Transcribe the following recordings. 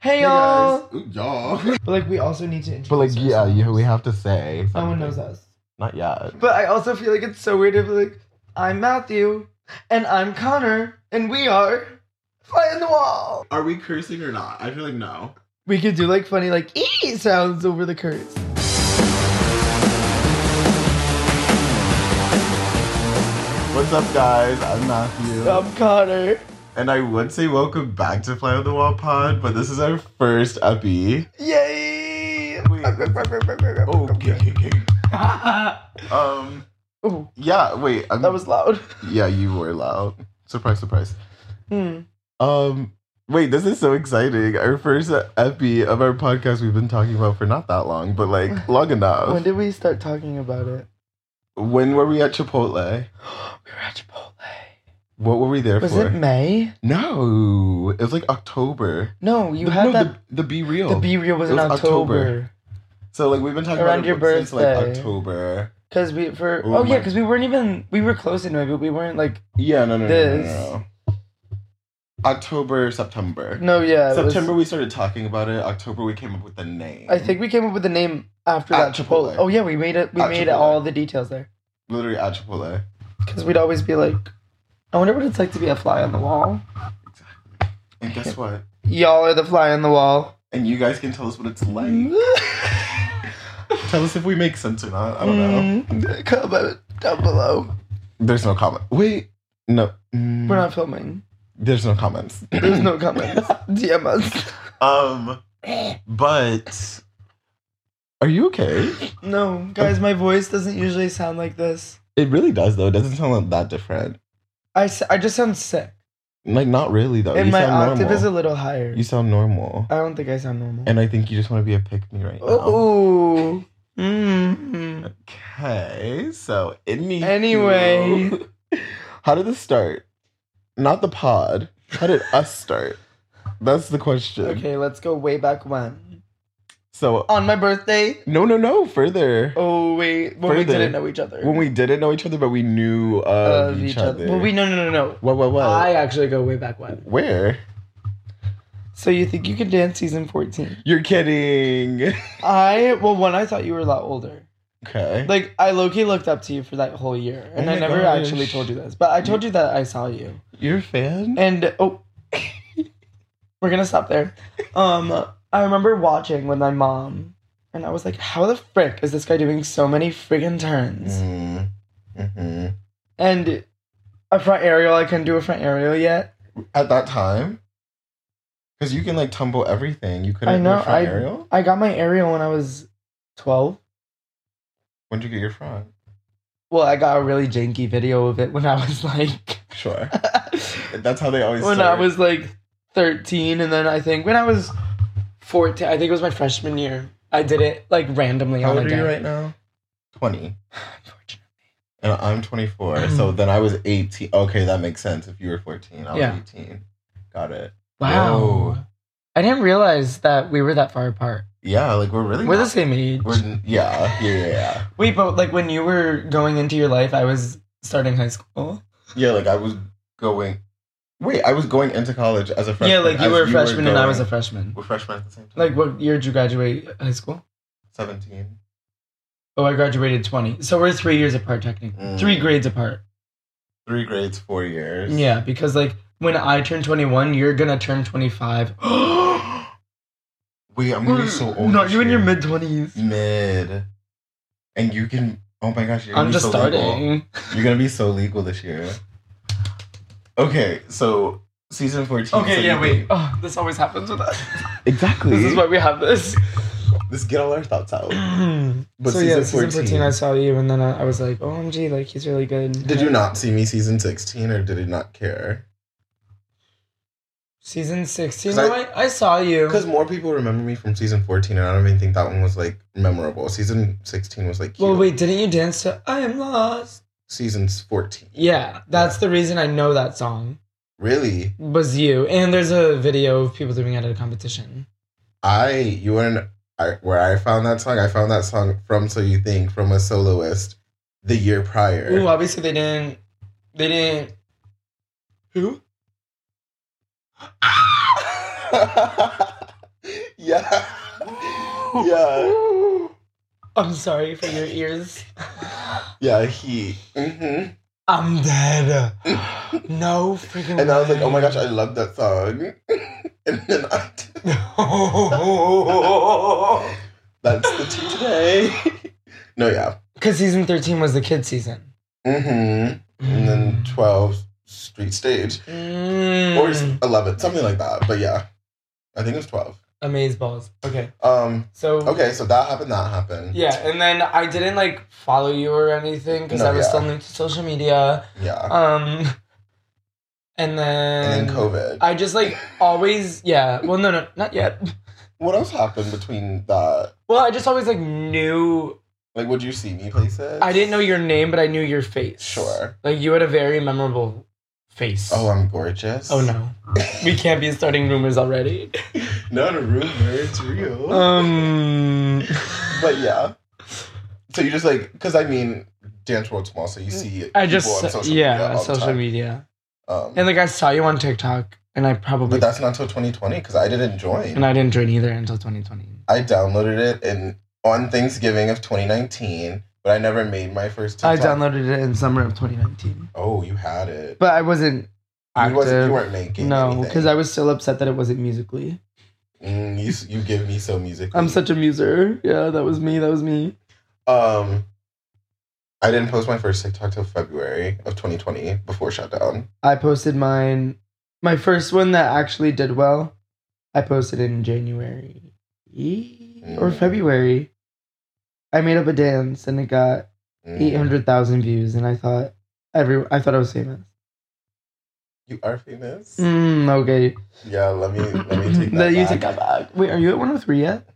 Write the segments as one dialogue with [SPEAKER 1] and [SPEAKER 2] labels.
[SPEAKER 1] Hey y'all.
[SPEAKER 2] Ooh, y'all.
[SPEAKER 1] But like we also need to introduce.
[SPEAKER 2] But like, yeah,
[SPEAKER 1] ourselves.
[SPEAKER 2] yeah, we have to say.
[SPEAKER 1] No one
[SPEAKER 2] something.
[SPEAKER 1] knows us.
[SPEAKER 2] Not yet.
[SPEAKER 1] But I also feel like it's so weird to be like, I'm Matthew, and I'm Connor, and we are Fly on the Wall.
[SPEAKER 3] Are we cursing or not? I feel like no.
[SPEAKER 1] We could do like funny like ee sounds over the curse.
[SPEAKER 2] What's up, guys? I'm Matthew,
[SPEAKER 1] I'm Connor.
[SPEAKER 2] and I would say welcome back to Fly on the Wall Pod, but this is our first epi.
[SPEAKER 1] Yay!
[SPEAKER 2] Wait. Um.
[SPEAKER 1] Ooh,
[SPEAKER 2] Yeah. Wait. I'm,
[SPEAKER 1] that was loud.
[SPEAKER 2] Yeah, you were loud. Surprise! Surprise.
[SPEAKER 1] Hmm.
[SPEAKER 2] Um. Wait, this is so exciting. Our first epi of our podcast we've been talking about for not that long, but like long enough.
[SPEAKER 1] When did we start talking about it?
[SPEAKER 2] when were we at Chipotle?
[SPEAKER 1] we were at Chipotle.
[SPEAKER 2] What were we there
[SPEAKER 1] Was
[SPEAKER 2] for?
[SPEAKER 1] it May?
[SPEAKER 2] no, it was like October.
[SPEAKER 1] No, you
[SPEAKER 2] The-
[SPEAKER 1] had
[SPEAKER 2] no,
[SPEAKER 1] that.
[SPEAKER 2] the, the Be Real.
[SPEAKER 1] The, B reel was,
[SPEAKER 2] It
[SPEAKER 1] in
[SPEAKER 2] was October.
[SPEAKER 1] October.
[SPEAKER 2] so like we've been talking
[SPEAKER 1] Around
[SPEAKER 2] about
[SPEAKER 1] your
[SPEAKER 2] it since like
[SPEAKER 1] birthday.
[SPEAKER 2] October.
[SPEAKER 1] Cause we for
[SPEAKER 2] Oh
[SPEAKER 1] oh, yeah,
[SPEAKER 2] my-
[SPEAKER 1] cause we weren't even we were close anyway, but we weren't like
[SPEAKER 2] Yeah, no, no, no, no, no,
[SPEAKER 1] This.
[SPEAKER 2] no. October, September.
[SPEAKER 1] no yeah. it was-
[SPEAKER 2] September we started talking about it. October we came up with the name.
[SPEAKER 1] I think we came up with the name after
[SPEAKER 2] At
[SPEAKER 1] that Chipotle.
[SPEAKER 2] Chipotle.
[SPEAKER 1] Oh yeah, we made it. We
[SPEAKER 2] At
[SPEAKER 1] made
[SPEAKER 2] Chipotle.
[SPEAKER 1] all the details there
[SPEAKER 2] literally at Chipotle.
[SPEAKER 1] because we'd always be like, I wonder what it's like to be a fly on the wall.
[SPEAKER 2] And guess what?
[SPEAKER 1] Y'all are the fly on the wall.
[SPEAKER 2] And you guys can tell us what it's like. Tell us if we make sense or not. I don't know.
[SPEAKER 1] Mm, Comment down below.
[SPEAKER 2] There's no comment. Wait, no. Mm.
[SPEAKER 1] We're not filming.
[SPEAKER 2] There's no comments.
[SPEAKER 1] There's no comments. DM us.
[SPEAKER 2] Um, but are you okay?
[SPEAKER 1] No, guys, my voice doesn't usually sound like this.
[SPEAKER 2] It really does though. It doesn't sound that different.
[SPEAKER 1] I, s- I just sound sick,
[SPEAKER 2] Like not really though.
[SPEAKER 1] and
[SPEAKER 2] Oh, you
[SPEAKER 1] my
[SPEAKER 2] sound
[SPEAKER 1] octave
[SPEAKER 2] normal.
[SPEAKER 1] is a little higher.
[SPEAKER 2] you sound normal,
[SPEAKER 1] I don't think I sound normal.
[SPEAKER 2] and I think you just want to be a pick me right now.
[SPEAKER 1] Oh.
[SPEAKER 2] Mm-hmm.
[SPEAKER 1] Mm.
[SPEAKER 2] Okay, so anywho.
[SPEAKER 1] Anyway.
[SPEAKER 2] how did this start? Not the pod. How did us start? That's the question.
[SPEAKER 1] Okay, let's go way back when.
[SPEAKER 2] So
[SPEAKER 1] On my birthday.
[SPEAKER 2] no, no, no. Further
[SPEAKER 1] Oh wait, when we
[SPEAKER 2] Further.
[SPEAKER 1] didn't know each other.
[SPEAKER 2] when we didn't know each other, but we knew of, each, other.
[SPEAKER 1] Well, we no no no no.
[SPEAKER 2] what? What? What?
[SPEAKER 1] I actually go way back when.
[SPEAKER 2] Where?
[SPEAKER 1] So you think you can dance season fourteen?
[SPEAKER 2] You're kidding.
[SPEAKER 1] I well one I thought you were a lot older.
[SPEAKER 2] Okay.
[SPEAKER 1] Like I low key looked up to you for that whole year, and
[SPEAKER 2] Oh
[SPEAKER 1] I
[SPEAKER 2] my
[SPEAKER 1] never
[SPEAKER 2] gosh.
[SPEAKER 1] actually told you this, but I told you that I saw you.
[SPEAKER 2] You're a fan?
[SPEAKER 1] And oh, we're gonna stop there. Um, I remember watching with my mom, and I was like, "How the frick is this guy doing so many friggin' turns?"
[SPEAKER 2] Mm.
[SPEAKER 1] Mm-hmm.
[SPEAKER 2] Mhm.
[SPEAKER 1] And a front aerial, I couldn't do a front aerial yet.
[SPEAKER 2] At that time? Because you can like tumble everything. You couldn't
[SPEAKER 1] I know,
[SPEAKER 2] do a front
[SPEAKER 1] I-
[SPEAKER 2] aerial?
[SPEAKER 1] I got my aerial when I was twelve.
[SPEAKER 2] When'd you get your front?
[SPEAKER 1] Well, I got a really janky video of it when I was like,
[SPEAKER 2] Sure. That's how they always
[SPEAKER 1] when I
[SPEAKER 2] start.
[SPEAKER 1] was like thirteen, and then I think when I was fourteen, I think it was my freshman year. I did it like randomly
[SPEAKER 2] How
[SPEAKER 1] on
[SPEAKER 2] old
[SPEAKER 1] a
[SPEAKER 2] are you
[SPEAKER 1] day.
[SPEAKER 2] right now? 20. And I'm
[SPEAKER 1] Mm-hmm.
[SPEAKER 2] 24. so then I was 18. Okay, that makes sense. If you were 14, I was
[SPEAKER 1] Yeah.
[SPEAKER 2] 18. Got it.
[SPEAKER 1] Wow.
[SPEAKER 2] Whoa.
[SPEAKER 1] I didn't realize that we were that far apart.
[SPEAKER 2] Yeah, like we're really.
[SPEAKER 1] We're
[SPEAKER 2] not-
[SPEAKER 1] the same age.
[SPEAKER 2] We're, yeah, yeah, yeah, yeah.
[SPEAKER 1] Wait, but like when you were going into your life, I was starting high school.
[SPEAKER 2] Yeah, like I was going. Wait, I was going into college as a freshman.
[SPEAKER 1] yeah, like you
[SPEAKER 2] as
[SPEAKER 1] were a freshman and I was a
[SPEAKER 2] going-
[SPEAKER 1] freshman.
[SPEAKER 2] We're freshmen at the same time.
[SPEAKER 1] Like what year did you graduate high school?
[SPEAKER 2] seventeen.
[SPEAKER 1] Oh, I graduated 20. So we're three years apart, technically.
[SPEAKER 2] Mm.
[SPEAKER 1] Three grades apart.
[SPEAKER 2] Three grades, four years.
[SPEAKER 1] Yeah, because like when I turn 21, you're gonna turn 25.
[SPEAKER 2] Wait, I'm gonna be so old.
[SPEAKER 1] No,
[SPEAKER 2] this
[SPEAKER 1] you in
[SPEAKER 2] year.
[SPEAKER 1] your mid 20s.
[SPEAKER 2] mid. And you can. Oh my gosh, you're gonna
[SPEAKER 1] I'm
[SPEAKER 2] be
[SPEAKER 1] just
[SPEAKER 2] so Legal.
[SPEAKER 1] starting.
[SPEAKER 2] You're gonna be so legal this year. Okay, so season fourteen. so
[SPEAKER 1] Okay, yeah,
[SPEAKER 2] you
[SPEAKER 1] wait.
[SPEAKER 2] can-
[SPEAKER 1] Oh, this always happens with us.
[SPEAKER 2] Exactly.
[SPEAKER 1] this is why we have this.
[SPEAKER 2] Let's get all our thoughts out.
[SPEAKER 1] But
[SPEAKER 2] But
[SPEAKER 1] so
[SPEAKER 2] season
[SPEAKER 1] yeah, season 14.
[SPEAKER 2] 14,
[SPEAKER 1] I saw you, and then I, I was like, OMG, like he's really good.
[SPEAKER 2] Did you not see me season sixteen, or did it not care?
[SPEAKER 1] Season 16.
[SPEAKER 2] 'Cause I-
[SPEAKER 1] no, I, I saw you.
[SPEAKER 2] Because more people remember me from season 14, and I don't even think that one was like memorable. Season 16 was like cute.
[SPEAKER 1] Well, wait, didn't you dance to I Am Lost?
[SPEAKER 2] Season's 14.
[SPEAKER 1] Yeah, that's the reason I know that song
[SPEAKER 2] Really?
[SPEAKER 1] was you. And there's a video of people doing it at a competition.
[SPEAKER 2] I, you wouldn't, I, where I found that song, I found that song from So You Think from a soloist the year prior.
[SPEAKER 1] Ooh, obviously they didn't. They didn't. Who?
[SPEAKER 2] Yeah.
[SPEAKER 1] I'm sorry for your ears.
[SPEAKER 2] Yeah, he. hmm
[SPEAKER 1] I'm dead. No freaking.
[SPEAKER 2] And I was like, oh my
[SPEAKER 1] way.
[SPEAKER 2] gosh, I love that song. and then I. That's the tea today. no, yeah.
[SPEAKER 1] Because season 13 was the kid season.
[SPEAKER 2] hmm And then 12, Street Stage. Or s-
[SPEAKER 1] Mm.
[SPEAKER 2] 11, something like that. But yeah, I think it was 12.
[SPEAKER 1] Amaze balls. Okay.
[SPEAKER 2] Um.
[SPEAKER 1] So.
[SPEAKER 2] Okay, so that happened, that happened.
[SPEAKER 1] Yeah, and then I didn't like follow you or anything because
[SPEAKER 2] No,
[SPEAKER 1] I was
[SPEAKER 2] yeah.
[SPEAKER 1] still new to social media.
[SPEAKER 2] Yeah.
[SPEAKER 1] Um, and then
[SPEAKER 2] and then COVID.
[SPEAKER 1] I just like always, yeah. Well, no, no, not yet.
[SPEAKER 2] what else happened between that?
[SPEAKER 1] Well, I just always like knew.
[SPEAKER 2] Like, would you see me places?
[SPEAKER 1] I didn't know your name, but I knew your face.
[SPEAKER 2] Sure.
[SPEAKER 1] Like you had a very memorable face.
[SPEAKER 2] Oh, I'm gorgeous.
[SPEAKER 1] Oh no, we can't be starting rumors already.
[SPEAKER 2] Not a rumor, it's real.
[SPEAKER 1] Uh, Um.
[SPEAKER 2] but yeah. So you just like, because I mean, dance world's small, so you see
[SPEAKER 1] Mm, I just
[SPEAKER 2] people on social
[SPEAKER 1] yeah,
[SPEAKER 2] media all the
[SPEAKER 1] social
[SPEAKER 2] time.
[SPEAKER 1] media,
[SPEAKER 2] Um,
[SPEAKER 1] and like I saw you on TikTok, and I probably
[SPEAKER 2] but that's not until 2020 because I didn't join.
[SPEAKER 1] and I didn't join either until 2020.
[SPEAKER 2] I downloaded it in on Thanksgiving of 2019, but I never made my first.
[SPEAKER 1] I
[SPEAKER 2] TikTok.
[SPEAKER 1] downloaded it in summer of 2019,
[SPEAKER 2] Oh, you had it.
[SPEAKER 1] but I wasn't
[SPEAKER 2] you, wasn't,
[SPEAKER 1] active.
[SPEAKER 2] you weren't making.
[SPEAKER 1] no,
[SPEAKER 2] anything.
[SPEAKER 1] because I was still upset that it wasn't musically.
[SPEAKER 2] Mm, you s- you give me so music.
[SPEAKER 1] I'm such a muser. Yeah, that was me. That was me.
[SPEAKER 2] Um, I didn't post my first TikTok till February of 2020 before shutdown.
[SPEAKER 1] I posted mine. My first one that actually did well, I posted in January or
[SPEAKER 2] Mm.
[SPEAKER 1] February. I made up a dance and it got
[SPEAKER 2] Mm.
[SPEAKER 1] eight hundred thousand views, and I thought every I thought I was famous.
[SPEAKER 2] You are famous.
[SPEAKER 1] Mm, okay,
[SPEAKER 2] Yeah, let me let me take that.
[SPEAKER 1] No, you
[SPEAKER 2] back.
[SPEAKER 1] take that back. Wait, are you at one hundred three yet?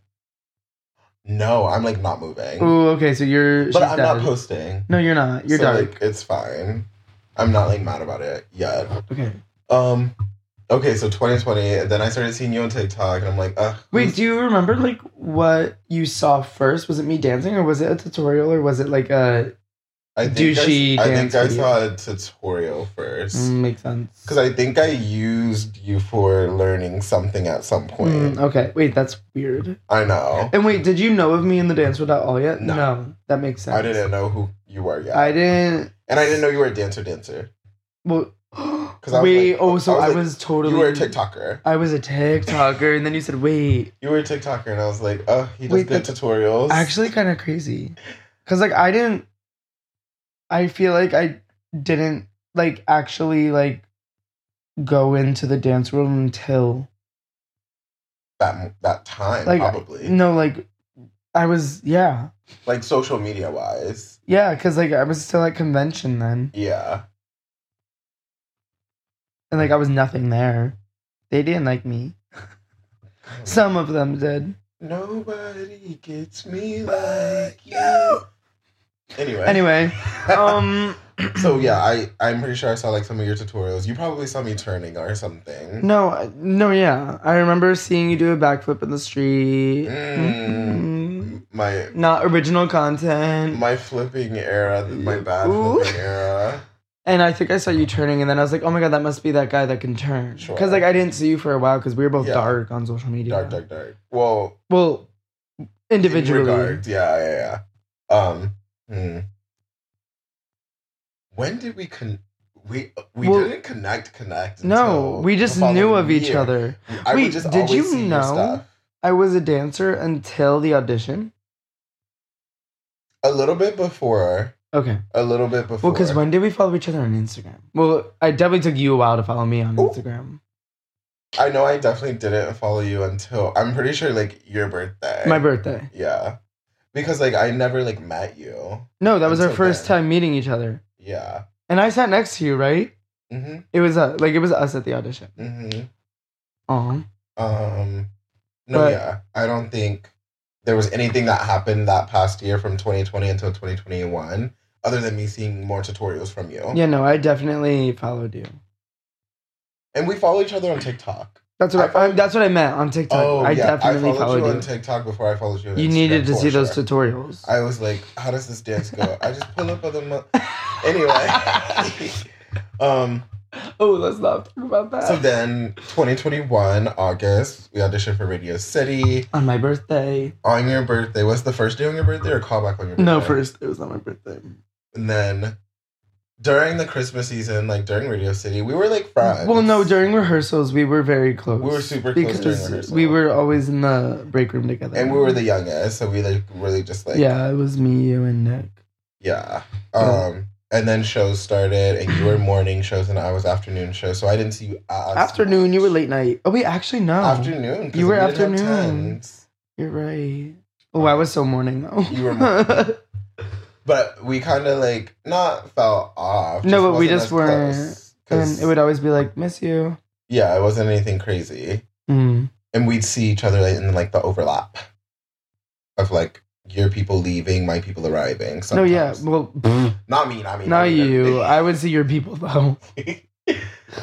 [SPEAKER 2] No, I'm like not moving.
[SPEAKER 1] Oh, okay, so you're.
[SPEAKER 2] but
[SPEAKER 1] she's
[SPEAKER 2] I'm
[SPEAKER 1] dead.
[SPEAKER 2] not posting.
[SPEAKER 1] No, you're not. You're
[SPEAKER 2] so,
[SPEAKER 1] dark.
[SPEAKER 2] Like, it's fine. I'm not like mad about it yet.
[SPEAKER 1] okay.
[SPEAKER 2] Um, okay, so 2020. and Then I started seeing you on TikTok, and I'm like, ugh.
[SPEAKER 1] Wait, do you remember like what you saw first? Was it me dancing, or was it a tutorial, or was it like a
[SPEAKER 2] I think
[SPEAKER 1] douchey
[SPEAKER 2] I, I
[SPEAKER 1] dance
[SPEAKER 2] think I
[SPEAKER 1] video.
[SPEAKER 2] saw a tutorial first
[SPEAKER 1] mm, makes sense?
[SPEAKER 2] because I think I used you for learning something at some point.
[SPEAKER 1] Mm, okay, wait, that's weird.
[SPEAKER 2] I know.
[SPEAKER 1] And wait, did you know of me in the dance world at all yet?
[SPEAKER 2] No.
[SPEAKER 1] that makes sense.
[SPEAKER 2] I didn't know who you were yet,
[SPEAKER 1] I didn't.
[SPEAKER 2] and I didn't know you were a dancer dancer.
[SPEAKER 1] Well,
[SPEAKER 2] I was
[SPEAKER 1] wait.
[SPEAKER 2] like-
[SPEAKER 1] oh, so
[SPEAKER 2] I was
[SPEAKER 1] I was,
[SPEAKER 2] like,
[SPEAKER 1] totally.
[SPEAKER 2] You were a TikToker.
[SPEAKER 1] I was a TikToker, and then you said, "Wait,
[SPEAKER 2] You were a TikToker, and I was like, oh, he does
[SPEAKER 1] Wait,
[SPEAKER 2] good
[SPEAKER 1] that's-
[SPEAKER 2] tutorials.
[SPEAKER 1] actually kind of crazy because like i didn't i feel like i didn't like actually like go into the dance world until
[SPEAKER 2] that that time
[SPEAKER 1] Like, Mm.
[SPEAKER 2] probably
[SPEAKER 1] no like i was yeah
[SPEAKER 2] like social media wise.
[SPEAKER 1] yeah because like i was still at convention then
[SPEAKER 2] Yeah.
[SPEAKER 1] and like i was nothing there they didn't like me some of them did
[SPEAKER 2] nobody gets me like you. Anyway.
[SPEAKER 1] anyway um
[SPEAKER 2] so yeah, I I'm pretty sure I saw like some of your tutorials. You probably saw me turning or something.
[SPEAKER 1] no I- no yeah i remember seeing you do a backflip in the street
[SPEAKER 2] Mm. My
[SPEAKER 1] not original content
[SPEAKER 2] my flipping era, my bad
[SPEAKER 1] Ooh.
[SPEAKER 2] flipping era.
[SPEAKER 1] And I think I saw you turning, and then I was like, "Oh my god, that must be that guy that can turn."
[SPEAKER 2] Sure.
[SPEAKER 1] Because like I didn't see you for a while because we were both
[SPEAKER 2] Yeah.
[SPEAKER 1] dark on social media.
[SPEAKER 2] Dark, dark, dark. Well,
[SPEAKER 1] Well,
[SPEAKER 2] in
[SPEAKER 1] individually.
[SPEAKER 2] regards, yeah, yeah, yeah. Um, hmm. when did we con? We we
[SPEAKER 1] Well-
[SPEAKER 2] didn't connect, connect.
[SPEAKER 1] No,
[SPEAKER 2] until
[SPEAKER 1] we
[SPEAKER 2] the
[SPEAKER 1] just knew
[SPEAKER 2] following
[SPEAKER 1] of each
[SPEAKER 2] year.
[SPEAKER 1] other.
[SPEAKER 2] I
[SPEAKER 1] Wait,
[SPEAKER 2] would just
[SPEAKER 1] did
[SPEAKER 2] always
[SPEAKER 1] you
[SPEAKER 2] see your
[SPEAKER 1] know?
[SPEAKER 2] stuff.
[SPEAKER 1] I was a dancer until the audition.
[SPEAKER 2] a little bit before?
[SPEAKER 1] Okay.
[SPEAKER 2] A little bit before.
[SPEAKER 1] Well, because when did we follow each other on Instagram? Well, I definitely took you a while to follow me on
[SPEAKER 2] Ooh.
[SPEAKER 1] Instagram.
[SPEAKER 2] I know I definitely didn't follow you until I'm pretty sure like your birthday.
[SPEAKER 1] My birthday.
[SPEAKER 2] yeah, because like I never like met you.
[SPEAKER 1] No, that was our
[SPEAKER 2] Until
[SPEAKER 1] first
[SPEAKER 2] then.
[SPEAKER 1] time meeting each other,
[SPEAKER 2] Yeah.
[SPEAKER 1] and I sat next to you, right?
[SPEAKER 2] hmm
[SPEAKER 1] It was uh, like it was us at the audition.
[SPEAKER 2] hmm Uh-huh.
[SPEAKER 1] Um.
[SPEAKER 2] Um, no,
[SPEAKER 1] But-
[SPEAKER 2] yeah, I don't think there was anything that happened that past year from 2020 until 2021, other than me seeing more tutorials from you.
[SPEAKER 1] Yeah. No, I definitely followed you.
[SPEAKER 2] and we follow each other on TikTok.
[SPEAKER 1] That's what I,
[SPEAKER 2] I followed-
[SPEAKER 1] I- that's what I meant on TikTok.
[SPEAKER 2] oh,
[SPEAKER 1] I
[SPEAKER 2] yeah,
[SPEAKER 1] definitely
[SPEAKER 2] I followed,
[SPEAKER 1] followed,
[SPEAKER 2] you on
[SPEAKER 1] you.
[SPEAKER 2] TikTok before I followed you. On
[SPEAKER 1] you
[SPEAKER 2] Instagram,
[SPEAKER 1] needed to
[SPEAKER 2] for
[SPEAKER 1] see those
[SPEAKER 2] sure.
[SPEAKER 1] tutorials.
[SPEAKER 2] I was like, how does this dance go? I just pull up on the. Mo- anyway, um,
[SPEAKER 1] Oh, let's not talk about that.
[SPEAKER 2] So then, 2021, August, we auditioned for Radio City.
[SPEAKER 1] on my birthday.
[SPEAKER 2] On your birthday, was the first day on your birthday or call back on your birthday?
[SPEAKER 1] No, first it was not my birthday.
[SPEAKER 2] And then during the Christmas season, like during Radio City, we were like friends.
[SPEAKER 1] Well, no, during rehearsals we were very close.
[SPEAKER 2] We were super close
[SPEAKER 1] because
[SPEAKER 2] during rehearsal.
[SPEAKER 1] we were always in the break room together.
[SPEAKER 2] And we were the youngest, so we like really just like
[SPEAKER 1] yeah, it was me, you, and Nick.
[SPEAKER 2] Yeah. Um, and then shows started, and you were morning shows, and I was afternoon shows. So I didn't see you as
[SPEAKER 1] Afternoon, you were
[SPEAKER 2] much.
[SPEAKER 1] late night. Oh wait, actually no.
[SPEAKER 2] Afternoon. 'cause
[SPEAKER 1] You were
[SPEAKER 2] we didn't have
[SPEAKER 1] afternoon.
[SPEAKER 2] tents.
[SPEAKER 1] You're right. Oh, I was so morning though.
[SPEAKER 2] You were morning. But we kind of like not fell off.
[SPEAKER 1] No, but we just weren't. and
[SPEAKER 2] And
[SPEAKER 1] it would always be like, "Miss you."
[SPEAKER 2] yeah, it wasn't anything crazy,
[SPEAKER 1] Mm.
[SPEAKER 2] and we'd see each other like, in like the overlap of like your people leaving, my people arriving.
[SPEAKER 1] No,
[SPEAKER 2] Sometimes.
[SPEAKER 1] yeah. Well, pfft,
[SPEAKER 2] not me, not me,
[SPEAKER 1] not
[SPEAKER 2] me,
[SPEAKER 1] you.
[SPEAKER 2] me.
[SPEAKER 1] I would see your people though.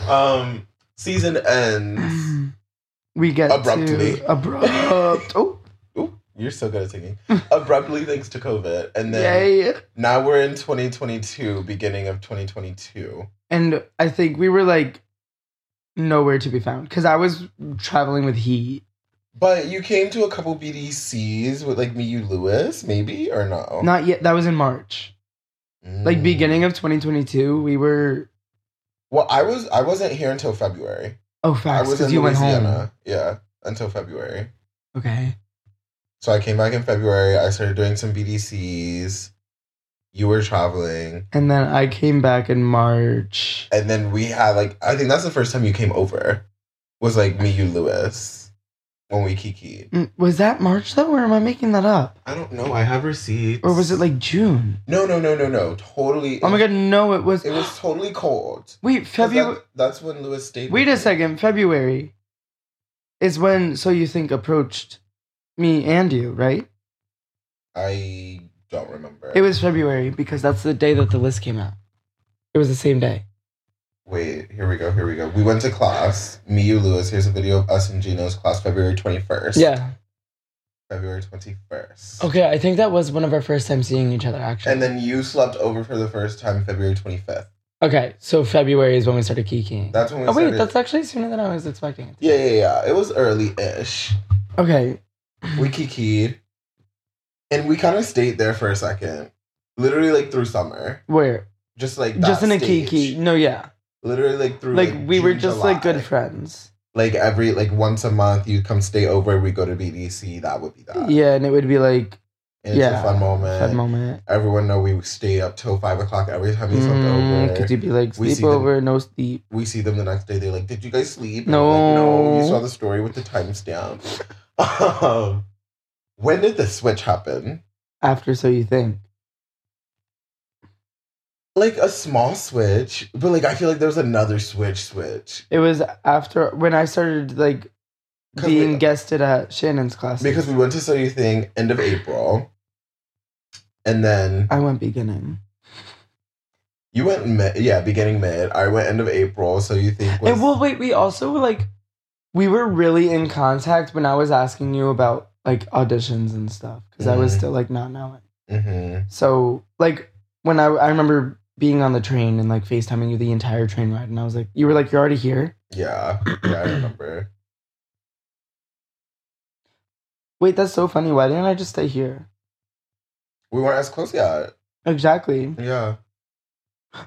[SPEAKER 2] um, season ends.
[SPEAKER 1] We get
[SPEAKER 2] Abruptly.
[SPEAKER 1] to abrupt. Oh,
[SPEAKER 2] Ooh, you're so good at singing. Abruptly, thanks to COVID, and then
[SPEAKER 1] yay!
[SPEAKER 2] now we're in 2022, beginning of 2022.
[SPEAKER 1] And I think we were like nowhere to be found because I was traveling with he.
[SPEAKER 2] But you came to a couple BDCs with like me, you, Lewis, maybe or no?
[SPEAKER 1] Not yet. That was in March, like
[SPEAKER 2] Mm.
[SPEAKER 1] beginning of 2022. We were
[SPEAKER 2] Well, I was I wasn't here until February.
[SPEAKER 1] oh
[SPEAKER 2] I
[SPEAKER 1] facts
[SPEAKER 2] was
[SPEAKER 1] because
[SPEAKER 2] in
[SPEAKER 1] you went home.
[SPEAKER 2] Louisiana. Yeah, until February.
[SPEAKER 1] Okay.
[SPEAKER 2] So I came back in February. I started doing some BDCs. You were traveling,
[SPEAKER 1] And then I came back in March.
[SPEAKER 2] and then we had like I think that's the first time you came over. Was like me, you, Lewis, when we kikied.
[SPEAKER 1] Mm, Was that March though, or am I making that up?
[SPEAKER 2] I don't know. I have receipts.
[SPEAKER 1] Or was it like June?
[SPEAKER 2] No, no, no, no, no. Totally.
[SPEAKER 1] Oh my god, no, it was.
[SPEAKER 2] It was totally cold.
[SPEAKER 1] Wait,
[SPEAKER 2] 'Cause
[SPEAKER 1] February.
[SPEAKER 2] that- that's when Lewis stayed.
[SPEAKER 1] Wait
[SPEAKER 2] with
[SPEAKER 1] a
[SPEAKER 2] me.
[SPEAKER 1] second. February is when So You Think approached me and you, right?
[SPEAKER 2] I don't remember.
[SPEAKER 1] It was February because that's the day that the list came out. It was the same day.
[SPEAKER 2] Wait, here we go. Here we go. We went to class. Me, you, Lewis. Here's a video of us in Gino's class, February twenty first.
[SPEAKER 1] Yeah.
[SPEAKER 2] February twenty first.
[SPEAKER 1] Okay, I think that was one of our first times seeing each other, actually.
[SPEAKER 2] And then you slept over for the first time, February twenty fifth.
[SPEAKER 1] okay, so February is when we started kicking.
[SPEAKER 2] That's when we
[SPEAKER 1] Oh wait,
[SPEAKER 2] started.
[SPEAKER 1] that's actually sooner than I was expecting. it.
[SPEAKER 2] yeah, yeah, yeah. It was early ish.
[SPEAKER 1] Okay.
[SPEAKER 2] We kikied, and we kind of stayed there for a second, literally like through summer,
[SPEAKER 1] Where?
[SPEAKER 2] just like that
[SPEAKER 1] Just in a
[SPEAKER 2] stage.
[SPEAKER 1] kiki. No, yeah.
[SPEAKER 2] Literally like through
[SPEAKER 1] Like, we were
[SPEAKER 2] June,
[SPEAKER 1] just like
[SPEAKER 2] July.
[SPEAKER 1] good friends.
[SPEAKER 2] like every like once a month you come stay over we go to bdc that would be that
[SPEAKER 1] yeah, and it would be like
[SPEAKER 2] and it's
[SPEAKER 1] yeah,
[SPEAKER 2] a fun moment
[SPEAKER 1] fun moment.
[SPEAKER 2] everyone know we stay up till five o'clock every time you slept over
[SPEAKER 1] Mm, Could you be like
[SPEAKER 2] We see
[SPEAKER 1] sleepover, no sleep?
[SPEAKER 2] we see them the next day they're like did you guys sleep And
[SPEAKER 1] No.
[SPEAKER 2] we're like, no you saw the story with the timestamp um, when did the switch happen
[SPEAKER 1] After so you think.
[SPEAKER 2] like a small switch but like i feel like there was another switch switch
[SPEAKER 1] It was after when I started like
[SPEAKER 2] 'Cause
[SPEAKER 1] being
[SPEAKER 2] we-
[SPEAKER 1] guested at Shannon's class.
[SPEAKER 2] because we went to so you thing end of april and then
[SPEAKER 1] I went beginning.
[SPEAKER 2] You went mid, yeah, beginning mid. I went end of April, so you think was
[SPEAKER 1] And well, wait, we also like we were really in contact when I was asking you about like auditions and stuff because I was
[SPEAKER 2] Mhm.
[SPEAKER 1] still like not knowing.
[SPEAKER 2] Mhm.
[SPEAKER 1] So like when I I remember being on the train and like FaceTiming you the entire train ride, and I was like, you were like, you're already here.
[SPEAKER 2] yeah, yeah, I remember.
[SPEAKER 1] Wait, that's so funny. Why didn't I just stay here?
[SPEAKER 2] We weren't as close yet.
[SPEAKER 1] Exactly.
[SPEAKER 2] Yeah.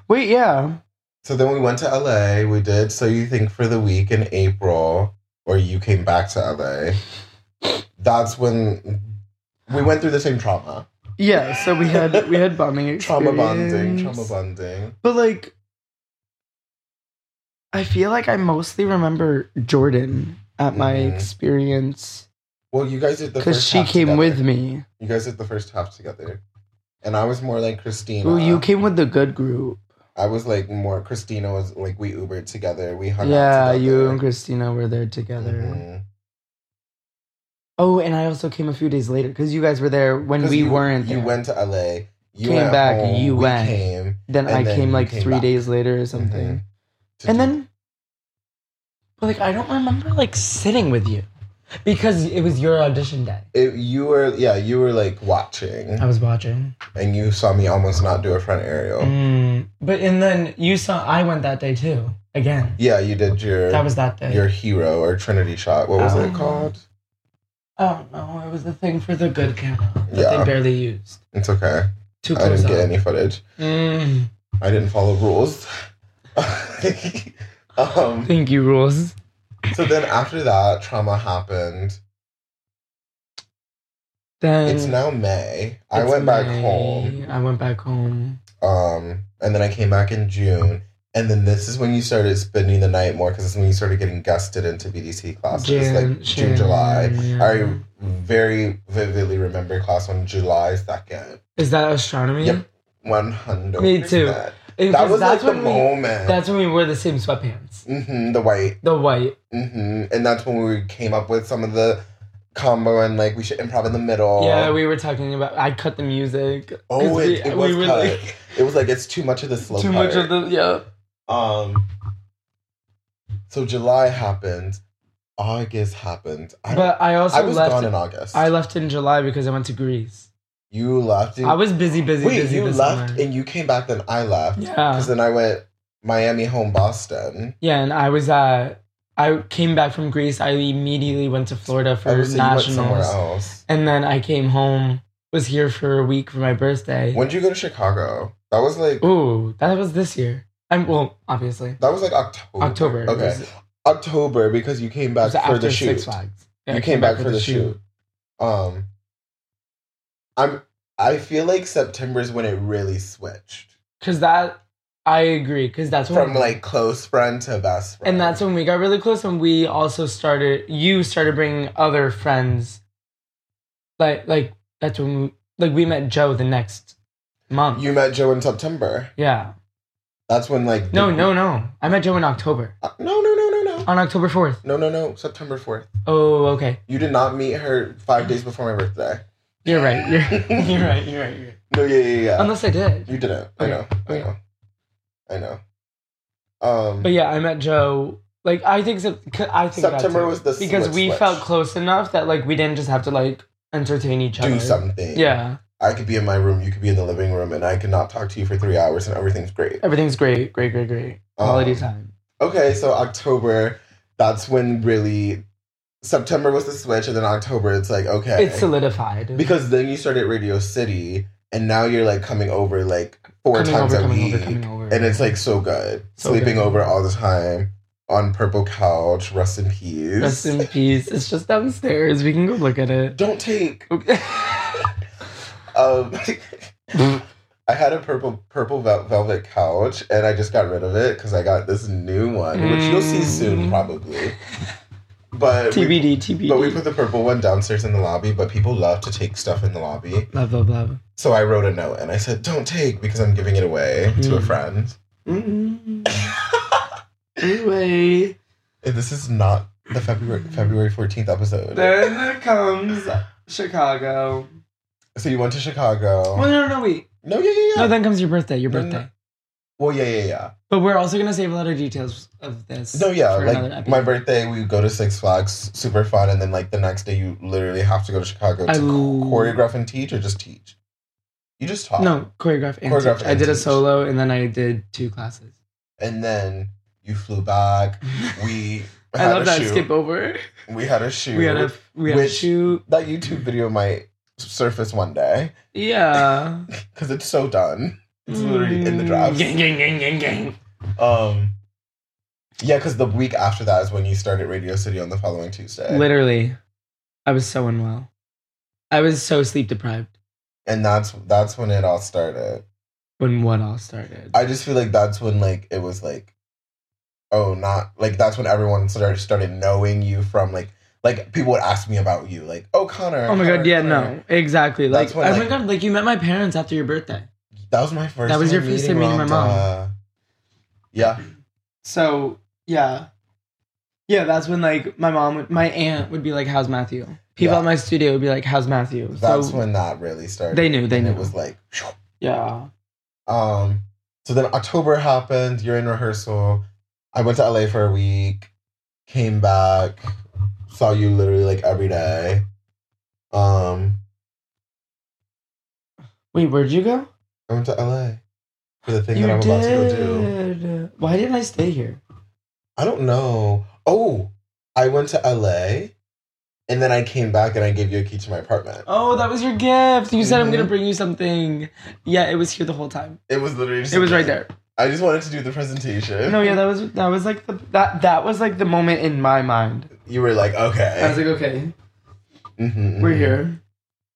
[SPEAKER 1] Wait, yeah.
[SPEAKER 2] So then we went to LA. We did so you think for the week in April, or you came back to LA. That's when we went through the same trauma,
[SPEAKER 1] Yeah, so we had we had bonding
[SPEAKER 2] trauma
[SPEAKER 1] experience.
[SPEAKER 2] bonding, trauma bonding.
[SPEAKER 1] But like, I feel like I mostly remember Jordan at my
[SPEAKER 2] Mhm.
[SPEAKER 1] experience
[SPEAKER 2] Well, you guys did the
[SPEAKER 1] because
[SPEAKER 2] first
[SPEAKER 1] she
[SPEAKER 2] half
[SPEAKER 1] came
[SPEAKER 2] together.
[SPEAKER 1] with me.
[SPEAKER 2] You guys did the first half together, and I was more like Christina.
[SPEAKER 1] Ooh, you came with the good group.
[SPEAKER 2] I was like more. Christina was like we Ubered together. Mm-hmm. We hung
[SPEAKER 1] yeah,
[SPEAKER 2] out.
[SPEAKER 1] you and Christina were there together. Oh, and I also came a few days later because you guys were there when we
[SPEAKER 2] you,
[SPEAKER 1] weren't.
[SPEAKER 2] You
[SPEAKER 1] there.
[SPEAKER 2] went to LA. You
[SPEAKER 1] Came
[SPEAKER 2] went
[SPEAKER 1] back,
[SPEAKER 2] home,
[SPEAKER 1] you
[SPEAKER 2] we
[SPEAKER 1] went.
[SPEAKER 2] Came
[SPEAKER 1] Then
[SPEAKER 2] and
[SPEAKER 1] I
[SPEAKER 2] then
[SPEAKER 1] came
[SPEAKER 2] you
[SPEAKER 1] like
[SPEAKER 2] came
[SPEAKER 1] three
[SPEAKER 2] back. Mm-hmm.
[SPEAKER 1] days later or something.
[SPEAKER 2] to
[SPEAKER 1] And
[SPEAKER 2] do-
[SPEAKER 1] then, but like I don't remember like sitting with you because it was your audition day.
[SPEAKER 2] it, you were yeah you were like watching,
[SPEAKER 1] I was watching.
[SPEAKER 2] and Oh. you saw me almost not do a front aerial.
[SPEAKER 1] Mm, but and then you saw I went that day too. again.
[SPEAKER 2] Yeah, you did your
[SPEAKER 1] That was that day.
[SPEAKER 2] your hero or Trinity shot. What was
[SPEAKER 1] Oh.
[SPEAKER 2] it called?
[SPEAKER 1] oh no, it was the thing for the good camera that
[SPEAKER 2] Yeah.
[SPEAKER 1] they barely used.
[SPEAKER 2] It's okay.
[SPEAKER 1] Too
[SPEAKER 2] I
[SPEAKER 1] close
[SPEAKER 2] didn't
[SPEAKER 1] up.
[SPEAKER 2] get any footage.
[SPEAKER 1] Mm.
[SPEAKER 2] I didn't follow rules. um,
[SPEAKER 1] Thank you, rules.
[SPEAKER 2] so then after that, trauma happened.
[SPEAKER 1] Then
[SPEAKER 2] It's now May. I
[SPEAKER 1] Mm. it's
[SPEAKER 2] went back
[SPEAKER 1] May.
[SPEAKER 2] home.
[SPEAKER 1] I went back home.
[SPEAKER 2] Um, and then I came back in June. And then this is when you started spending the night more because it's when you started getting gusted into BDC classes, like June, July. I very vividly remember class on July 2nd.
[SPEAKER 1] Is that astronomy?
[SPEAKER 2] Yep. 100
[SPEAKER 1] Me too. It-
[SPEAKER 2] That
[SPEAKER 1] 'cause
[SPEAKER 2] was like
[SPEAKER 1] that's
[SPEAKER 2] the
[SPEAKER 1] when we,
[SPEAKER 2] moment.
[SPEAKER 1] That's when we wore the same sweatpants.
[SPEAKER 2] hmm the white.
[SPEAKER 1] The white.
[SPEAKER 2] hmm And that's when we came up with some of the combo and like we should improv in the middle.
[SPEAKER 1] Yeah, we were talking about. I cut the music. 'cause
[SPEAKER 2] Oh, it,
[SPEAKER 1] we-
[SPEAKER 2] it
[SPEAKER 1] we
[SPEAKER 2] was
[SPEAKER 1] were
[SPEAKER 2] cut.
[SPEAKER 1] like-
[SPEAKER 2] it was like it's too much of the slow
[SPEAKER 1] too
[SPEAKER 2] part.
[SPEAKER 1] much of the yeah.
[SPEAKER 2] Um. So July happened. August happened. I,
[SPEAKER 1] But I also
[SPEAKER 2] I was
[SPEAKER 1] left.
[SPEAKER 2] gone in August.
[SPEAKER 1] I left in July because I went to Greece.
[SPEAKER 2] you left. In,
[SPEAKER 1] I was busy, busy,
[SPEAKER 2] wait.
[SPEAKER 1] busy.
[SPEAKER 2] you
[SPEAKER 1] this
[SPEAKER 2] left
[SPEAKER 1] summer.
[SPEAKER 2] and you came back. Then I left.
[SPEAKER 1] Yeah.
[SPEAKER 2] Because then I went Miami home Boston.
[SPEAKER 1] Yeah, and I was uh I came back from Greece. I immediately went to Florida for
[SPEAKER 2] I was you went somewhere
[SPEAKER 1] nationals,
[SPEAKER 2] else.
[SPEAKER 1] and then I came home. Was here for a week for my birthday.
[SPEAKER 2] When did you go to Chicago? That was like
[SPEAKER 1] Ooh, that was this year. I'm well, obviously
[SPEAKER 2] that was like October.
[SPEAKER 1] October. It
[SPEAKER 2] Okay.
[SPEAKER 1] was- it
[SPEAKER 2] October because you came back
[SPEAKER 1] was
[SPEAKER 2] for the
[SPEAKER 1] after
[SPEAKER 2] shoot.
[SPEAKER 1] Six Flags. Yeah,
[SPEAKER 2] you
[SPEAKER 1] I
[SPEAKER 2] came, back, for the shoot. Um, I'm. I feel like September is when it really switched
[SPEAKER 1] Cause that I agree. Cause that's when
[SPEAKER 2] from like close friend to best friend,
[SPEAKER 1] and that's when we got really close. And we also started. You started bringing other friends. Like like that's when we, like we met Joe the next month.
[SPEAKER 2] you met Joe in September.
[SPEAKER 1] yeah.
[SPEAKER 2] That's when like
[SPEAKER 1] No,
[SPEAKER 2] the-
[SPEAKER 1] no, no. I met Joe in October.
[SPEAKER 2] Uh, no no no no no
[SPEAKER 1] On October 4th.
[SPEAKER 2] no no no September fourth.
[SPEAKER 1] Oh, okay.
[SPEAKER 2] You did not meet her five days before my birthday.
[SPEAKER 1] You're right. You're, you're right. You're right. You're right.
[SPEAKER 2] No yeah yeah yeah.
[SPEAKER 1] Unless I did.
[SPEAKER 2] you didn't. I
[SPEAKER 1] Okay,
[SPEAKER 2] know. I
[SPEAKER 1] okay.
[SPEAKER 2] know. I know. Um.
[SPEAKER 1] But yeah, I met Joe. Like I think Sep- I think that
[SPEAKER 2] September
[SPEAKER 1] too.
[SPEAKER 2] was the
[SPEAKER 1] because
[SPEAKER 2] split
[SPEAKER 1] we
[SPEAKER 2] switch.
[SPEAKER 1] felt close enough that like we didn't just have to like entertain each other.
[SPEAKER 2] do something.
[SPEAKER 1] Yeah,
[SPEAKER 2] I could be in my room, you could be in the living room, and I could not talk to you for three hours, and everything's great.
[SPEAKER 1] everything's great, great, great, great. Quality
[SPEAKER 2] Um,
[SPEAKER 1] time.
[SPEAKER 2] Okay, so October, that's when really September was the switch, and then October, it's like, okay.
[SPEAKER 1] It's solidified.
[SPEAKER 2] because then you started Radio City, and now you're like coming over like four
[SPEAKER 1] coming
[SPEAKER 2] times
[SPEAKER 1] over,
[SPEAKER 2] a
[SPEAKER 1] coming
[SPEAKER 2] week.
[SPEAKER 1] over, coming over.
[SPEAKER 2] And it's like so good.
[SPEAKER 1] So
[SPEAKER 2] Sleeping
[SPEAKER 1] good.
[SPEAKER 2] over all the time on Purple Couch, rest in peace.
[SPEAKER 1] rest in peace. It's just downstairs. We can go look at it.
[SPEAKER 2] Don't take.
[SPEAKER 1] Okay.
[SPEAKER 2] Um, I had a purple purple vel- velvet couch, and I just got rid of it because I got this new one, which you'll see soon
[SPEAKER 1] Mm.
[SPEAKER 2] probably. But we,
[SPEAKER 1] TBD. TBD.
[SPEAKER 2] but we put the purple one downstairs in the lobby. But people love to take stuff in the lobby,
[SPEAKER 1] love, love, love.
[SPEAKER 2] so I wrote a note and I said, "Don't take because I'm giving it away to a
[SPEAKER 1] Mm.
[SPEAKER 2] friend."
[SPEAKER 1] anyway,
[SPEAKER 2] And this is not the February February fourteenth episode.
[SPEAKER 1] then comes Chicago.
[SPEAKER 2] So you went to Chicago.
[SPEAKER 1] Oh no, no, no, wait.
[SPEAKER 2] No, yeah, yeah, yeah.
[SPEAKER 1] No, then comes your birthday. Your
[SPEAKER 2] No, no.
[SPEAKER 1] birthday.
[SPEAKER 2] well, yeah, yeah, yeah.
[SPEAKER 1] But we're also gonna save a lot of details of this.
[SPEAKER 2] No, yeah,
[SPEAKER 1] for another
[SPEAKER 2] like
[SPEAKER 1] episode.
[SPEAKER 2] my birthday, we go to Six Flags, super fun, and then like the next day, you literally have to go to Chicago to
[SPEAKER 1] I
[SPEAKER 2] cho-
[SPEAKER 1] l-
[SPEAKER 2] choreograph and teach, or just teach. You just talk.
[SPEAKER 1] no choreograph. And
[SPEAKER 2] Choreograph
[SPEAKER 1] teach.
[SPEAKER 2] and
[SPEAKER 1] I did a
[SPEAKER 2] teach.
[SPEAKER 1] solo, and then I did two classes.
[SPEAKER 2] And then you flew back. We
[SPEAKER 1] I
[SPEAKER 2] had
[SPEAKER 1] love
[SPEAKER 2] a
[SPEAKER 1] that.
[SPEAKER 2] shoot.
[SPEAKER 1] Skip over.
[SPEAKER 2] We had a shoot.
[SPEAKER 1] We had a we had
[SPEAKER 2] Which-
[SPEAKER 1] a shoot.
[SPEAKER 2] that YouTube video might surface one day
[SPEAKER 1] Yeah.
[SPEAKER 2] because it's so done. It's literally
[SPEAKER 1] Mm.
[SPEAKER 2] in the drafts.
[SPEAKER 1] Gang, gang, gang, gang, gang.
[SPEAKER 2] Um, yeah, because the week after that is when you started Radio City on the following Tuesday,
[SPEAKER 1] Literally, I was so unwell. I was so sleep deprived
[SPEAKER 2] and that's that's when it all started.
[SPEAKER 1] when what all started.
[SPEAKER 2] I just feel like that's when like it was like, oh, not like that's when everyone started started knowing you from like like people would ask me about you like, oh Connor.
[SPEAKER 1] oh my
[SPEAKER 2] Connor,
[SPEAKER 1] god. Yeah.
[SPEAKER 2] Connor.
[SPEAKER 1] No. Exactly. Like.
[SPEAKER 2] That's when,
[SPEAKER 1] oh my
[SPEAKER 2] like-
[SPEAKER 1] god. Like you met my parents after your birthday.
[SPEAKER 2] That was my first.
[SPEAKER 1] That was your first time meeting my mom.
[SPEAKER 2] Rhonda. Yeah,
[SPEAKER 1] So yeah, yeah. That's when like my mom, would, my aunt would be like, "How's Matthew?" People
[SPEAKER 2] Yeah.
[SPEAKER 1] at my studio would be like, "How's Matthew?"
[SPEAKER 2] that's
[SPEAKER 1] so
[SPEAKER 2] when that really started.
[SPEAKER 1] they knew. They
[SPEAKER 2] and
[SPEAKER 1] knew.
[SPEAKER 2] it was like,
[SPEAKER 1] yeah.
[SPEAKER 2] um. So then October happened. You're in rehearsal. I went to LA for a week. Came back. Saw you literally like every day. Um.
[SPEAKER 1] Wait, where'd you go?
[SPEAKER 2] I went to LA for the thing
[SPEAKER 1] you
[SPEAKER 2] that I'm about to go do.
[SPEAKER 1] did. Why didn't I stay here?
[SPEAKER 2] I don't know. Oh, I went to LA and then I came back and I gave you a key to my apartment.
[SPEAKER 1] Oh, that was your gift. You said I'm gonna
[SPEAKER 2] Mhm.
[SPEAKER 1] bring you something. Yeah, it was here the whole time.
[SPEAKER 2] It was literally just
[SPEAKER 1] It was right there.
[SPEAKER 2] I just wanted to do the presentation.
[SPEAKER 1] No, yeah, that was that was like the that that was like the moment in my mind.
[SPEAKER 2] You were like, okay.
[SPEAKER 1] I was like, okay,
[SPEAKER 2] Mhm,
[SPEAKER 1] we're
[SPEAKER 2] mhm.
[SPEAKER 1] here.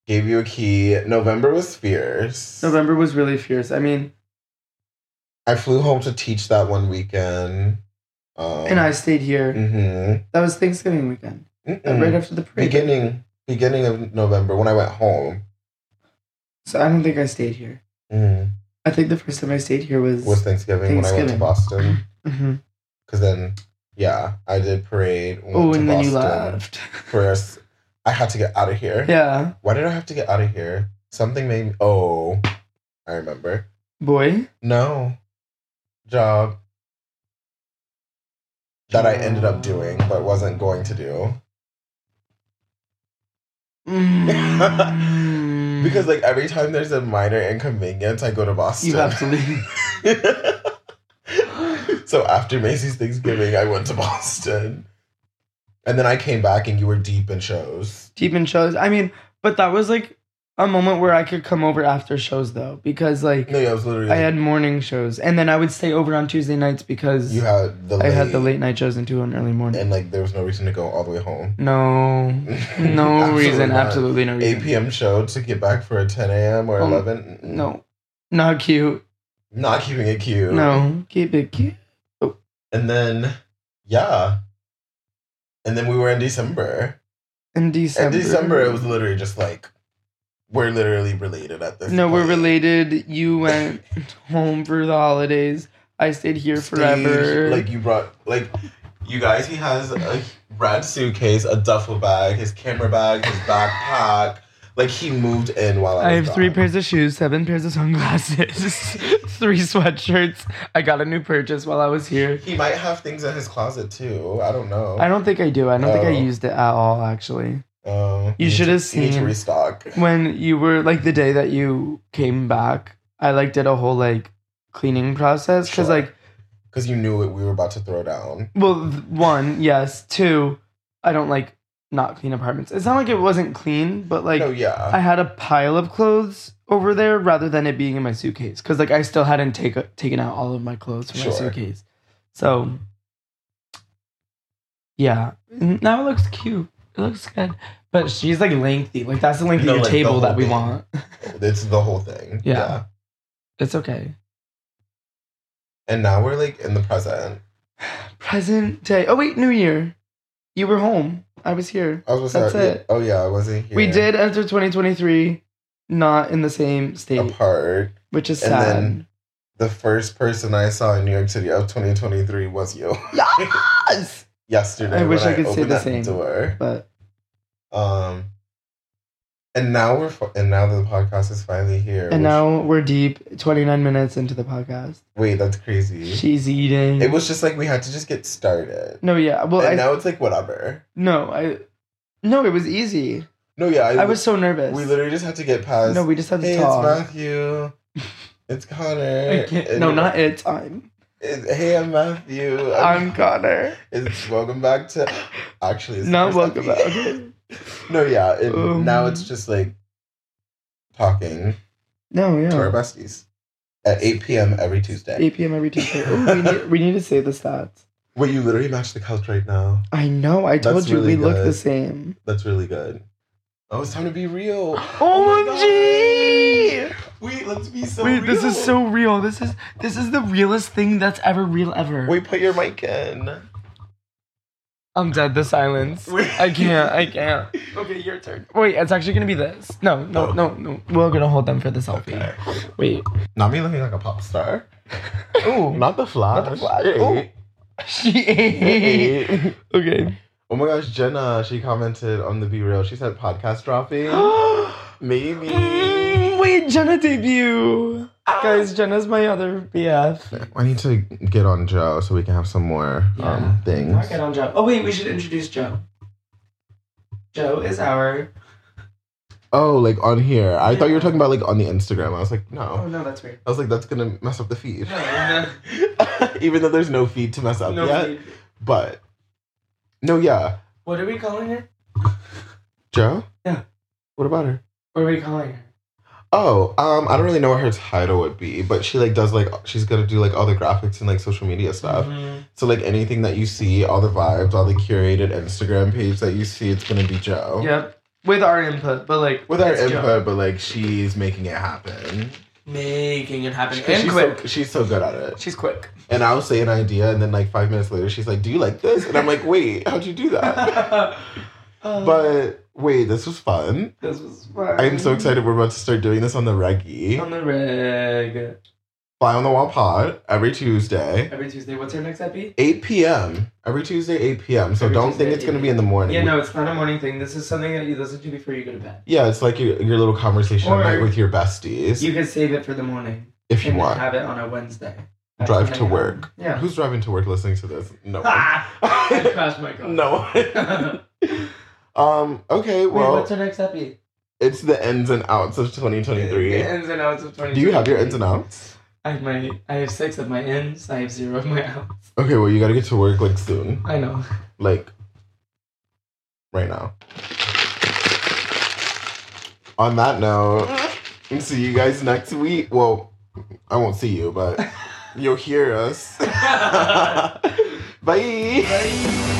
[SPEAKER 2] Gave you a key. November was fierce.
[SPEAKER 1] November was really fierce. I mean,
[SPEAKER 2] I flew home to teach that one weekend. Um,
[SPEAKER 1] and I stayed here.
[SPEAKER 2] Mm-hmm.
[SPEAKER 1] That was Thanksgiving weekend, right after the parade.
[SPEAKER 2] Mm. Beginning beginning of November when I went home.
[SPEAKER 1] So I don't think I stayed here.
[SPEAKER 2] Mm.
[SPEAKER 1] I think the first time I stayed here was.
[SPEAKER 2] Was Thanksgiving, when I went to
[SPEAKER 1] Thanksgiving.
[SPEAKER 2] Boston.
[SPEAKER 1] Mhm.
[SPEAKER 2] Because then, yeah, I did parade. Went
[SPEAKER 1] Oh,
[SPEAKER 2] to
[SPEAKER 1] and then you
[SPEAKER 2] Boston
[SPEAKER 1] left.
[SPEAKER 2] For us, I had to get out of here.
[SPEAKER 1] yeah,
[SPEAKER 2] Why did I have to get out of here? Something made me. Oh, I remember.
[SPEAKER 1] boy.
[SPEAKER 2] No. Job. That I ended up doing, but wasn't going to do.
[SPEAKER 1] Mm-hmm. Mm.
[SPEAKER 2] Because, like, every time there's a minor inconvenience, I go to Boston.
[SPEAKER 1] you have to leave.
[SPEAKER 2] so after Macy's Thanksgiving, I went to Boston. And then I came back and you were deep in shows.
[SPEAKER 1] deep in shows. I mean, but that was like a moment where I could come over after shows though, because like
[SPEAKER 2] No, yeah, it was literally.
[SPEAKER 1] I had morning shows, and then I would stay over on Tuesday nights because
[SPEAKER 2] you had the
[SPEAKER 1] I had the late night shows until an early morning.
[SPEAKER 2] And, like, there was no reason to go all the way home.
[SPEAKER 1] no, no
[SPEAKER 2] Absolutely
[SPEAKER 1] reason,
[SPEAKER 2] not.
[SPEAKER 1] absolutely no
[SPEAKER 2] 8
[SPEAKER 1] reason.
[SPEAKER 2] p.m. show to get back for a 10 a.m. or
[SPEAKER 1] Oh,
[SPEAKER 2] 11.
[SPEAKER 1] No, not cute.
[SPEAKER 2] Not keeping it cute.
[SPEAKER 1] No, keep it cute.
[SPEAKER 2] And then, yeah. And then we were in December.
[SPEAKER 1] In December.
[SPEAKER 2] In December, it was literally just like, we're literally related at this
[SPEAKER 1] No, we're
[SPEAKER 2] point.
[SPEAKER 1] related. You went home for the holidays. I stayed here
[SPEAKER 2] Steve,
[SPEAKER 1] forever.
[SPEAKER 2] Like you brought like you guys. He has a red suitcase, a duffel bag, his camera bag, his backpack. Like he moved in while I.
[SPEAKER 1] I
[SPEAKER 2] was
[SPEAKER 1] have three
[SPEAKER 2] gone.
[SPEAKER 1] pairs of shoes, seven pairs of sunglasses, three sweatshirts. I got a new purchase while I was here.
[SPEAKER 2] He might have things in his closet too. I don't know.
[SPEAKER 1] I don't think I do. I don't think I
[SPEAKER 2] Oh.
[SPEAKER 1] used it at all, actually.
[SPEAKER 2] Um,
[SPEAKER 1] You
[SPEAKER 2] need
[SPEAKER 1] should
[SPEAKER 2] to-
[SPEAKER 1] have
[SPEAKER 2] You
[SPEAKER 1] seen-
[SPEAKER 2] need to restock.
[SPEAKER 1] When you were like the day that you came back, I like did a whole like cleaning process because
[SPEAKER 2] Sure.
[SPEAKER 1] like,
[SPEAKER 2] Because you knew it, we were about to throw down.
[SPEAKER 1] well, th- one, yes, two, I don't like not clean apartments. It's not like it wasn't clean, but like
[SPEAKER 2] no, yeah.
[SPEAKER 1] I had a pile of clothes over there rather than it being in my suitcase because like I still hadn't take, taken out all of my clothes from
[SPEAKER 2] Sure.
[SPEAKER 1] my suitcase. So yeah, N- now it looks cute. It looks good, but she's like lengthy. Like that's the length
[SPEAKER 2] No,
[SPEAKER 1] of your
[SPEAKER 2] like, the
[SPEAKER 1] table
[SPEAKER 2] whole
[SPEAKER 1] that we
[SPEAKER 2] thing.
[SPEAKER 1] want.
[SPEAKER 2] it's the whole thing.
[SPEAKER 1] Yeah. It's okay.
[SPEAKER 2] And now we're like in the present.
[SPEAKER 1] Present day. Oh wait, New Year. You were home. I was here.
[SPEAKER 2] I was gonna
[SPEAKER 1] That's
[SPEAKER 2] say,
[SPEAKER 1] it.
[SPEAKER 2] Oh yeah, I wasn't here.
[SPEAKER 1] We did enter 2023 not in the same state,
[SPEAKER 2] apart.
[SPEAKER 1] which is
[SPEAKER 2] and
[SPEAKER 1] sad.
[SPEAKER 2] then- The first person I saw in New York City of 2023 was you.
[SPEAKER 1] yes,
[SPEAKER 2] yesterday.
[SPEAKER 1] I wish
[SPEAKER 2] when
[SPEAKER 1] I could say
[SPEAKER 2] opened
[SPEAKER 1] the
[SPEAKER 2] that
[SPEAKER 1] same.
[SPEAKER 2] Door.
[SPEAKER 1] but
[SPEAKER 2] Um, and now we're fi- and now the podcast is finally here.
[SPEAKER 1] and
[SPEAKER 2] which-
[SPEAKER 1] now we're deep. 29 minutes into the podcast.
[SPEAKER 2] wait, that's crazy.
[SPEAKER 1] She's eating.
[SPEAKER 2] it was just like we had to just get started.
[SPEAKER 1] no, yeah. Well,
[SPEAKER 2] and
[SPEAKER 1] I
[SPEAKER 2] now it's like whatever.
[SPEAKER 1] no, I no. It was easy.
[SPEAKER 2] No, yeah,
[SPEAKER 1] I was so nervous.
[SPEAKER 2] We literally just had to get past.
[SPEAKER 1] no, we just had to
[SPEAKER 2] hey, it's
[SPEAKER 1] talk.
[SPEAKER 2] Matthew. It's
[SPEAKER 1] I
[SPEAKER 2] Connor.
[SPEAKER 1] can't-
[SPEAKER 2] and-
[SPEAKER 1] No, not it's. I'm
[SPEAKER 2] it's- hey, I'm Matthew.
[SPEAKER 1] I'm Connor.
[SPEAKER 2] It's, welcome back to. Actually, it's
[SPEAKER 1] Not
[SPEAKER 2] the first
[SPEAKER 1] welcome back.
[SPEAKER 2] episode.
[SPEAKER 1] Okay.
[SPEAKER 2] no, yeah. and
[SPEAKER 1] Um,
[SPEAKER 2] now it's just like talking.
[SPEAKER 1] No,
[SPEAKER 2] to our
[SPEAKER 1] yeah.
[SPEAKER 2] besties at 8 p.m. every Tuesday.
[SPEAKER 1] 8 p.m. every Tuesday. Ooh, we need we need to say the stats.
[SPEAKER 2] Wait, you literally match the couch right now.
[SPEAKER 1] I know. I told
[SPEAKER 2] That's
[SPEAKER 1] you
[SPEAKER 2] really
[SPEAKER 1] we look the
[SPEAKER 2] good.
[SPEAKER 1] same.
[SPEAKER 2] That's really good. Oh, it's time to be real. Oh
[SPEAKER 1] Omg.
[SPEAKER 2] Wait, let's be so
[SPEAKER 1] Wait, this
[SPEAKER 2] real.
[SPEAKER 1] is so real. This is this is the realest thing that's ever real ever.
[SPEAKER 2] Wait, put your mic in.
[SPEAKER 1] I'm dead. The silence.
[SPEAKER 2] Wait.
[SPEAKER 1] I can't. I can't. Okay, your turn. Wait, it's actually gonna be this. No, no,
[SPEAKER 2] Oh.
[SPEAKER 1] no, no. We're gonna hold them for the selfie.
[SPEAKER 2] Okay.
[SPEAKER 1] Wait.
[SPEAKER 2] Not me looking like a pop star.
[SPEAKER 1] Ooh.
[SPEAKER 2] Not the flash.
[SPEAKER 1] Not the Flash.
[SPEAKER 2] Hey.
[SPEAKER 1] she ate.
[SPEAKER 2] Hey.
[SPEAKER 1] okay.
[SPEAKER 2] Oh my gosh, Jenna, she commented on the Be Real. She said podcast dropping. Maybe.
[SPEAKER 1] Mm, Wait, Jenna debut. Guys, Jenna's my other BF.
[SPEAKER 2] I need to get on Joe so we can have some more um, things.
[SPEAKER 1] Mark it on Joe. Oh wait, we should introduce Joe. Joe is our.
[SPEAKER 2] Oh, like on here. I thought you were talking about like on the Instagram. I was like,
[SPEAKER 1] Oh
[SPEAKER 2] no.
[SPEAKER 1] no, that's weird.
[SPEAKER 2] I was like, that's gonna mess up the feed.
[SPEAKER 1] No, no,
[SPEAKER 2] Even though there's no feed to mess up
[SPEAKER 1] no,
[SPEAKER 2] yet.
[SPEAKER 1] feed.
[SPEAKER 2] But no, yeah,
[SPEAKER 1] What are we calling her?
[SPEAKER 2] Joe.
[SPEAKER 1] Yeah.
[SPEAKER 2] What about her?
[SPEAKER 1] What are we calling her?
[SPEAKER 2] Oh, um, I don't really know what her title would be, but she like does like she's gonna do like all the graphics and like social media stuff.
[SPEAKER 1] Mhm.
[SPEAKER 2] So like anything that you see, all the vibes, all the curated Instagram page that you see, it's gonna be Joe.
[SPEAKER 1] Yep. With our input, but like
[SPEAKER 2] With our
[SPEAKER 1] it's
[SPEAKER 2] input,
[SPEAKER 1] Joe.
[SPEAKER 2] but like she's making it happen.
[SPEAKER 1] making it happen.
[SPEAKER 2] 'Cause
[SPEAKER 1] And
[SPEAKER 2] she's
[SPEAKER 1] quick.
[SPEAKER 2] so she's so good at it.
[SPEAKER 1] She's quick.
[SPEAKER 2] And I'll say an idea, and then like five minutes later, she's like, "Do you like this?" And I'm like, "Wait, how'd you do that?" but wait, this was fun.
[SPEAKER 1] this was fun.
[SPEAKER 2] I'm so excited. We're about to start doing this on the Reggie
[SPEAKER 1] On the reg.
[SPEAKER 2] Fly on the Wall Pod every Tuesday,
[SPEAKER 1] Every Tuesday. What's her next epi?
[SPEAKER 2] 8 p.m. Every Tuesday, 8 p.m. So
[SPEAKER 1] Every
[SPEAKER 2] don't
[SPEAKER 1] Tuesday,
[SPEAKER 2] think it's gonna
[SPEAKER 1] 8
[SPEAKER 2] be in the morning.
[SPEAKER 1] Yeah, no, it's not a morning thing. This is something that you listen to before you go to bed.
[SPEAKER 2] Yeah, it's like your, your little conversation
[SPEAKER 1] Or-
[SPEAKER 2] at night with your besties,
[SPEAKER 1] You can save it for the morning
[SPEAKER 2] if you
[SPEAKER 1] and
[SPEAKER 2] want.
[SPEAKER 1] have it on a Wednesday.
[SPEAKER 2] Drive to work.
[SPEAKER 1] Yeah.
[SPEAKER 2] Who's driving to work listening to this? No. one.
[SPEAKER 1] Ah! I crashed my car.
[SPEAKER 2] no. one. um. Okay.
[SPEAKER 1] Wait,
[SPEAKER 2] Well,
[SPEAKER 1] what's our next epi?
[SPEAKER 2] it's the ins and outs of 2023.
[SPEAKER 1] The ins and outs of 20.
[SPEAKER 2] Do you have your ins and outs?
[SPEAKER 1] I have my I have six of my ins. I have zero of my outs.
[SPEAKER 2] Okay. Well, you gotta get to work like soon,
[SPEAKER 1] I know.
[SPEAKER 2] like right now. On that note, see you guys next week. Well, I won't see you, but you'll hear us. Bye.
[SPEAKER 1] Bye.